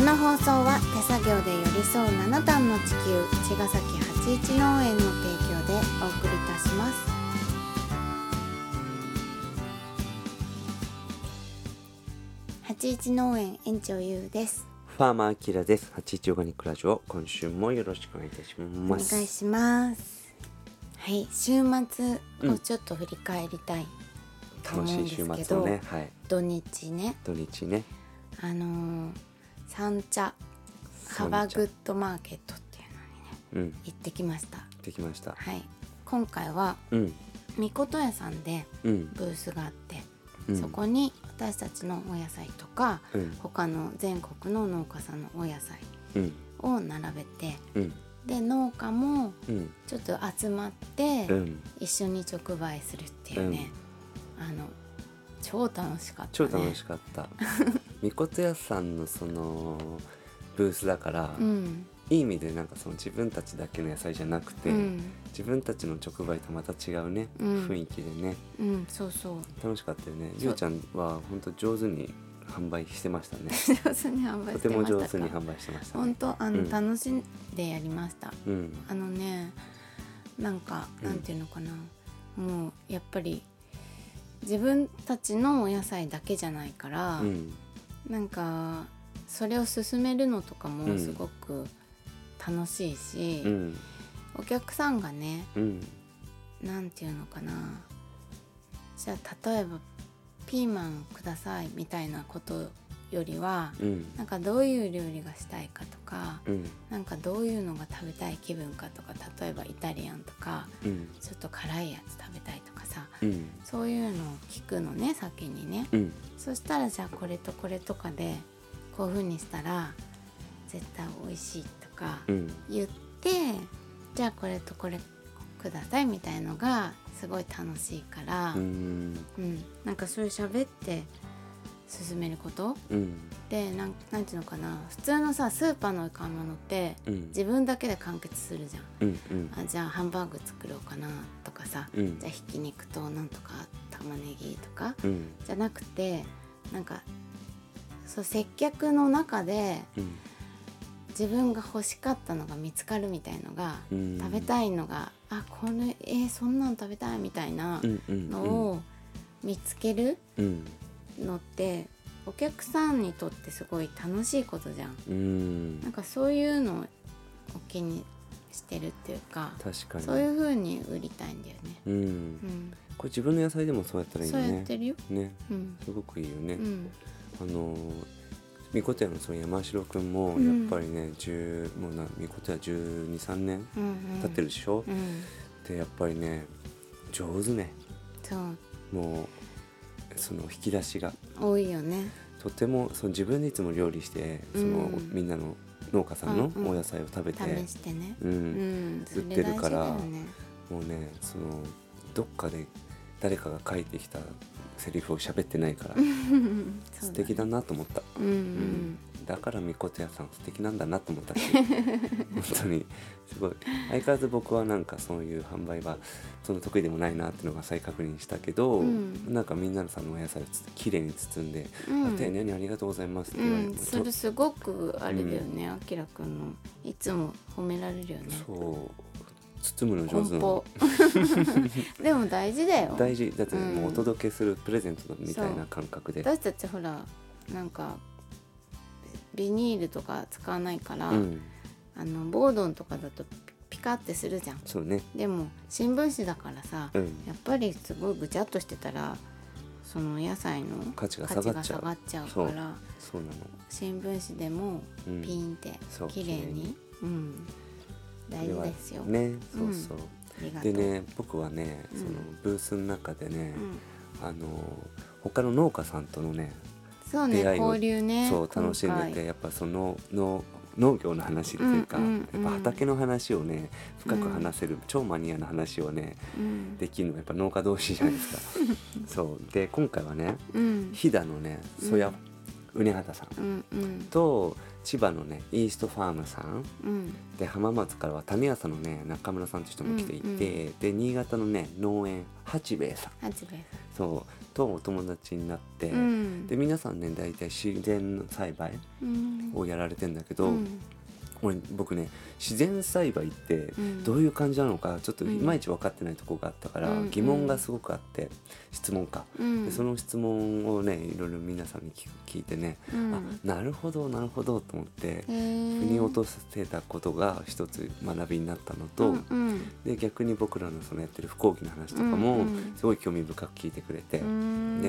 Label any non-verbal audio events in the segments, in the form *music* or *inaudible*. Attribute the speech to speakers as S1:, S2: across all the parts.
S1: の放送は手作業で寄り添う7段の地球茅ヶ崎八一農園の提供でお送りいたします八一農園園長ゆうです
S2: ファーマーアキラです。81オーガニックラジオ、今週もよろしくお願いいたし
S1: お
S2: ま
S1: 願い
S2: す。
S1: しますはい週末をちょっと振り返りたい、と思
S2: 楽
S1: う
S2: し
S1: んで
S2: い
S1: すけ
S2: 週
S1: ど
S2: 末をね、はい、
S1: 土日ね
S2: 土日ね、
S1: あのー、三茶ハバグッドマーケットっていうのにね
S2: うん、
S1: 行ってきました
S2: できました。
S1: はい今回は
S2: うん、
S1: みこと屋さんで
S2: うん、
S1: ブースがあって、
S2: うん
S1: そこに私たちのお野菜とか、
S2: うん、
S1: 他の全国の農家さんのお野菜
S2: うん、
S1: を並べて
S2: うん、
S1: で農家も
S2: うん、
S1: ちょっと集まって、
S2: うん、
S1: 一緒に直売するっていうね、あの超楽しかった、ね、
S2: 超楽しかった。 *laughs* みことやさんのそのブースだから、
S1: うん、
S2: いい意味でなんかその自分たちだけの野菜じゃなくて、
S1: うん、
S2: 自分たちの直売とまた違うね、
S1: うん
S2: 雰囲気でね、
S1: うん、そうそう *laughs*
S2: 楽しかったよね。
S1: そう
S2: ゆうちゃんは本当上手に販売してましたね。
S1: 上手に販売
S2: と
S1: して
S2: も
S1: て
S2: 上
S1: まし
S2: 手
S1: た
S2: に
S1: か
S2: 販売してました
S1: 本
S2: ね。
S1: 当あの、
S2: うん
S1: 楽しんでやりました
S2: うん、
S1: あのねなんか、
S2: うん
S1: なんていうのかなもうやっぱり自分たちのお野菜だけじゃないから、
S2: うん、
S1: なんかそれを進めるのとか
S2: う
S1: も
S2: ん
S1: すごく楽しいし、
S2: うん、
S1: お客さんがね
S2: うん、
S1: なんていうのかなじゃあ例えばピーマンくださいみたいなことよりは
S2: うん、
S1: なんかどういう料理がしたいかとか
S2: うん、
S1: なんかどういうのが食べたい気分かとか例えばイタリアンとか
S2: うん、
S1: ちょっと辛いやつ食べたいとかさ
S2: うん、
S1: そういうのを聞くのね先にね
S2: うん、
S1: そしたらじゃあこれとこれとかでこういうふうにしたら絶対美味しいとか
S2: うん、
S1: 言ってじゃあこれとこれくださいみたいのがすごい楽しいから、
S2: う
S1: うん
S2: ん、
S1: なんかそういう喋って進めること
S2: うん、
S1: でなんなんていうのかな普通のさスーパーの買い物って
S2: うん、
S1: 自分だけで完結するじゃん。
S2: うん、うん、
S1: あじゃあハンバーグ作ろうかなとかさ、
S2: うん
S1: じゃあひき肉となんとか玉ねぎとか
S2: うん、
S1: じゃなくてなんかそう接客の中で
S2: うん、
S1: 自分が欲しかったのが見つかるみたいのが、
S2: うん
S1: 食べたいのがあこれえーそんなん食べたいみたいな
S2: うん、うん、
S1: のを見つける
S2: うん、
S1: のってお客さんにとってすごい楽しいことじゃん。
S2: うん、
S1: なんかそういうのを気にしてるっていうか
S2: 確かに。
S1: そういう風に売りたいんだよね。
S2: うん
S1: う、ん、
S2: これ自分の野菜でもそうやったらいい
S1: そ
S2: よ
S1: うやっ
S2: ね。
S1: てるよ。
S2: ね、
S1: うん、
S2: すごくいいよね
S1: う。ん、
S2: あのー、みことやのその山城くんもやっぱりね、十もうなみことや十二三年
S1: うん、うん
S2: 経ってる。でしょ
S1: う。ん、
S2: でやっぱりね、上手ね。
S1: そう
S2: もうその引き出しが
S1: 多いよね。
S2: とてもその自分でいつも料理してその、
S1: うん
S2: みんなの農家さんの
S1: うんうん
S2: お野菜を食べて、
S1: 試してね。
S2: うん
S1: うん、それ
S2: 売ってる
S1: 大
S2: から
S1: 事だよね。
S2: もうねそのどっかで誰かが書いてきたセリフを喋ってないから
S1: そう
S2: 素敵だなと思った、
S1: うん、うん、
S2: だからみことやさん素敵なんだなと思った
S1: *laughs*
S2: し本当にすごい相変わらず僕はなんかそういう販売はその得意でもないなっていうのが再確認したけど、
S1: うん
S2: なんかみんなのさんのお野菜をつ綺麗に包んで
S1: うん、
S2: あ丁寧にありがとうございますって
S1: う
S2: 言われ
S1: ん、
S2: て、
S1: それすごくあれだよね、あきらくんのいつも褒められるよね。
S2: そう包むの上手
S1: 梱
S2: な
S1: 包
S2: の
S1: *laughs* でも大事だよ。
S2: 大事だって
S1: うん
S2: もうお届けするプレゼントみたい
S1: そう
S2: な感覚で
S1: 私たちほらなんかビニールとか使わないから、
S2: うん
S1: あのボードンとかだとピピカってするじゃん
S2: そうね
S1: でも新聞紙だからさ、
S2: うん
S1: やっぱりすごいぐちゃっとしてたらその野菜の
S2: 価値が
S1: 価値
S2: 下が
S1: が
S2: っちゃ
S1: 下
S2: う
S1: がっちゃうから
S2: そうなの
S1: 新聞紙でも
S2: うん
S1: ピンって
S2: そう
S1: 綺麗に、うん、大事ですよ、
S2: これはねそううんそう、
S1: ありがと
S2: で
S1: う、
S2: ね僕はねそ
S1: う
S2: の
S1: ん
S2: ブースの中でね
S1: う、ん、
S2: あの他の農家さんとのね
S1: そうね
S2: 出会いを
S1: 交流ね
S2: そう楽しんでてやっぱそのの農業の話というか、
S1: うんうんうん
S2: やっぱ畑の話をね深く話せる、超マニアな話をね
S1: 今回うん
S2: できるのはやっぱ農家同士じゃないですかそうで今回はね
S1: うん
S2: 飛騨のねそや、うねはたさん
S1: うんうん
S2: と千葉のねイーストファームさん
S1: うん
S2: で浜松からは種屋さんのね中村さんという人も来てい
S1: う
S2: て、
S1: んうん
S2: で新潟のね農園八兵衛さん
S1: 八兵衛
S2: そうとお友達になって、
S1: さんうん
S2: で皆さんね大体自然の栽培
S1: うん
S2: をやられてんだけど、
S1: うん
S2: 俺僕ね自然栽培って
S1: うん
S2: どういう感じなのかちょっとい
S1: うん
S2: まいち分かってないとこがあったか
S1: う
S2: ら、
S1: ん
S2: 疑問がすごくあって質問か、
S1: うん
S2: でその質問をねいろいろ皆さんに聞聞いてね、
S1: うん
S2: あなるほどなるほどと思って
S1: へ
S2: 腑
S1: ー
S2: に落とせたことが一つ学びになったのと、
S1: うんうん
S2: で逆に僕らのそのやってる不幸期の話とかも
S1: うんうん
S2: すごい興味深く聞いてくれて、で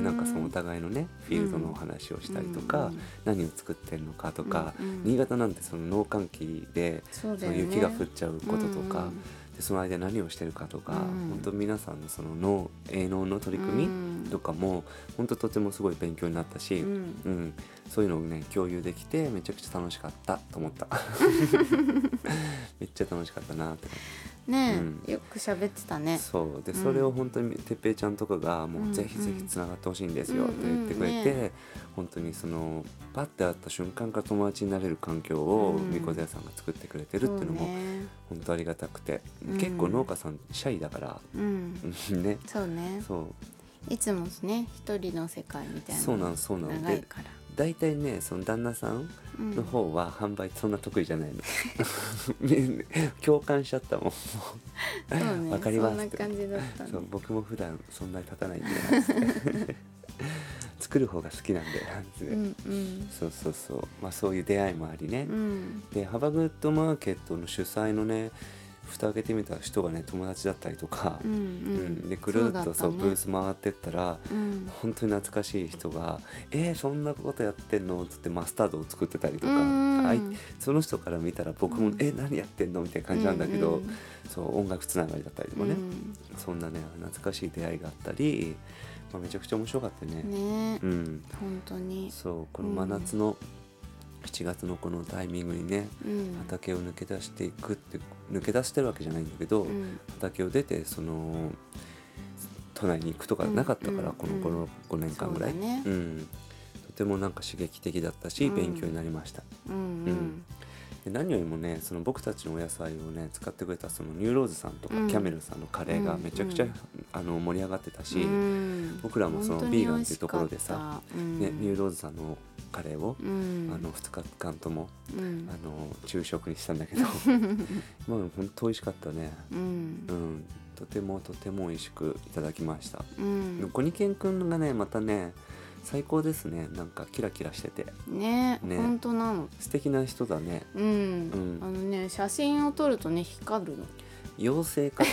S2: なんかそのお互いのねフィールドのお話をしたりとか、
S1: うん
S2: 何を作ってるのかとか、
S1: うんうん
S2: 新潟なんてその農閑期で
S1: そう
S2: そ
S1: だよ
S2: の
S1: ね
S2: 雪が降っちゃうこととか、
S1: うん
S2: でその間何をしてるかとか、
S1: うん
S2: 本当皆さんのその農営農の取り組
S1: うん
S2: みとかも本当とてもすごい勉強になったし、
S1: うん
S2: うんそういうのをね共有できてめちゃくちゃ楽しかったと思った
S1: *laughs*
S2: めっちゃ楽しかったなって感じ
S1: ね
S2: うん
S1: えよく喋ってたね
S2: そうで
S1: うん
S2: それを本当に哲平ちゃんとかが「も
S1: んう
S2: うんぜひぜひつながってほしいんですよ」って言ってくれて、
S1: うんうんね
S2: 本当にそのパッて会った瞬間から友達になれる環境を
S1: うん
S2: みこぜやさんが作ってくれてるっていうの
S1: そう
S2: も
S1: ね
S2: 本当ありがたくて、
S1: うん
S2: 結構農家さんシャイだから、 *laughs*
S1: うん
S2: うんね
S1: そうね
S2: そう
S1: いつもね一人の世界みたいな
S2: そうなんそうなん
S1: 長い
S2: で
S1: から
S2: 大体ねその旦那さん
S1: うん
S2: の方は販売そんな得意じ
S1: *laughs*
S2: ゃないの、 *laughs* 共感しちゃったもんも
S1: そう
S2: う
S1: ね
S2: わかりま
S1: そん
S2: すっ
S1: な
S2: て
S1: 感じだったね
S2: そう僕も普段そんなに立たないんでなん
S1: *laughs*
S2: つって作る方が好きなんでなんつって、
S1: うんうん
S2: そうそうそうまあそういう出会いもありね、
S1: うん
S2: でハバグッドマーケットの主催のね蓋開けてみた人がね友達だったりとか、
S1: うん
S2: うんでくるっとそうブー
S1: ス
S2: ス回ってったら
S1: うん
S2: 本当に懐かしい人が「えー、そんなことやってんの?」っつってマスタードを作ってたりとか、
S1: うん
S2: あいその人から見たら僕も
S1: うん
S2: 「え何やってんの?」みたいな感じなんだけど、
S1: うんうん
S2: そう音楽つながりだったりとかね、
S1: うん
S2: そんなね懐かしい出会いがあったり、まあ、めちゃくちゃ面白かったね。
S1: ねえ
S2: うん、
S1: 本当に
S2: そうこの真夏の7月のこのタイミングにね
S1: うん
S2: 畑を抜け出していくって抜け出してるわけじゃないんだけど、
S1: うん
S2: 畑を出てその都内に行くとかなかったから、
S1: うん
S2: このこ
S1: うん
S2: の5年間ぐらい
S1: そうだね
S2: ん、とてもなんか刺激的だったし
S1: うん
S2: 勉強になりました、
S1: うんう
S2: うんんで何よりもねその僕たちのお野菜をね使ってくれたそのニューローズさんとか
S1: うん
S2: キャメルさんのカレーが
S1: うん
S2: めちゃくちゃ、
S1: うん
S2: あの盛り上がってたし、
S1: うん
S2: 僕らもそ
S1: 本
S2: の
S1: 当に
S2: ビーガンっていうところでさ
S1: 美味しかったうん
S2: ね、ニューローズさんのカレーを、
S1: うん
S2: あの2日間とも
S1: うん
S2: あの昼食にしたんだけどまあ *laughs* 本当美味しかったね
S1: うん
S2: うんとてもとても美味しくいただきました、
S1: うん
S2: コニケンくんがねまたね最高ですねなんかキラキラしてて
S1: ね
S2: ね
S1: 本当なの
S2: 素敵な人だね
S1: うん、
S2: うん
S1: あのね写真を撮るとね光るの
S2: 妖精
S1: *laughs*
S2: か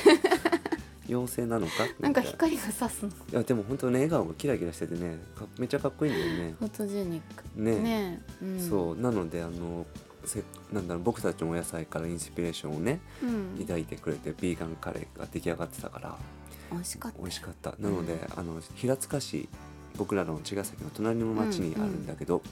S2: 妖精なのか
S1: なんか光が差すの
S2: いやでも本当ね笑顔がキラキラしててねかめっちゃかっこいいんだよね
S1: フォトジェニック
S2: ね
S1: ねうん、
S2: そうなのであのせなんだろう僕たちのお野菜からインスピレーションをね
S1: う、ん、
S2: 抱いてくれてビーガンカレーが出来上がってたから
S1: 美味しかった
S2: 美味しかったなので、あの平塚市僕らの茅ヶ崎の隣の町にあるんだけど、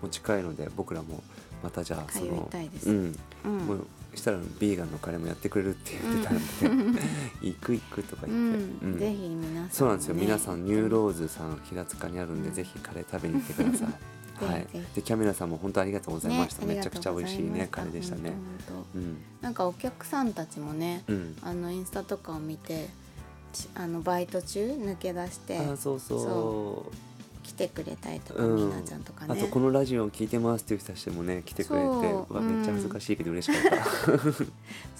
S2: もう近いので僕らもまたじゃあそ
S1: 通い
S2: の
S1: たいです
S2: うん
S1: うん
S2: もうしたらビーガンのカレーもやってくれるって言ってたので、 *laughs* 行く行くとか
S1: う
S2: 言
S1: ん
S2: って、うん
S1: ぜひ皆さん、ね、
S2: そうなんですよ、皆さんニュー
S1: ー
S2: ローズさん平塚にあるんで、
S1: うん
S2: ぜひカレー食べに行って *laughs* ください。はい
S1: ぜひぜ、
S2: でキャメラさんも本当ありがとうございました、
S1: ね
S2: めちゃくちゃ美味しいねカレーでしたね
S1: 本当本
S2: うん
S1: 当なんかお客さんたちもね、
S2: うん
S1: あのインスタとかを見てちあのバイト中抜け出して
S2: あそうそう
S1: そ来てくれたりとか、
S2: うん
S1: みなちゃんとかね
S2: あとこのラジオを聞いてますっていう人たちもね来てくれて
S1: そう
S2: うわ
S1: うん
S2: めっちゃ恥ずかしいけど嬉しか
S1: *laughs*
S2: った、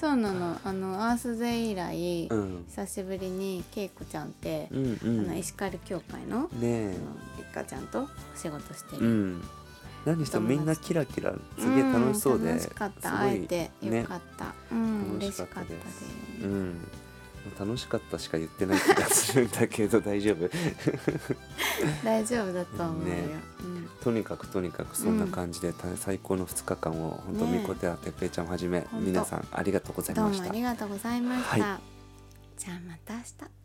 S1: そうなのあのアースデイ以来、
S2: うん、
S1: 久しぶりに恵子ちゃんって、
S2: うんうん
S1: あの
S2: ね
S1: 石狩協会の
S2: え
S1: あの一花ちゃんとお仕事して
S2: う
S1: る、
S2: ん何してもみんなキラキラすげえ
S1: うん
S2: 楽しそうで、
S1: 楽しかった会えて
S2: すごいね
S1: よかった、うん
S2: 楽
S1: 嬉
S2: し
S1: し
S2: か
S1: か
S2: っ
S1: ったた
S2: で
S1: です
S2: うん楽しかったしか言ってない気がするんだけど大丈夫 *laughs*
S1: 大丈夫だと思うよ、
S2: ね
S1: うん、
S2: とにかくとにかくそんな感じで、た最高の2日間を本当
S1: ね
S2: みこてあてっぺいちゃんをはじめ
S1: ほんと
S2: 皆さんありがとうござい
S1: どう
S2: まし
S1: もあ
S2: た
S1: りがとうございました、
S2: はい
S1: じゃあまた明日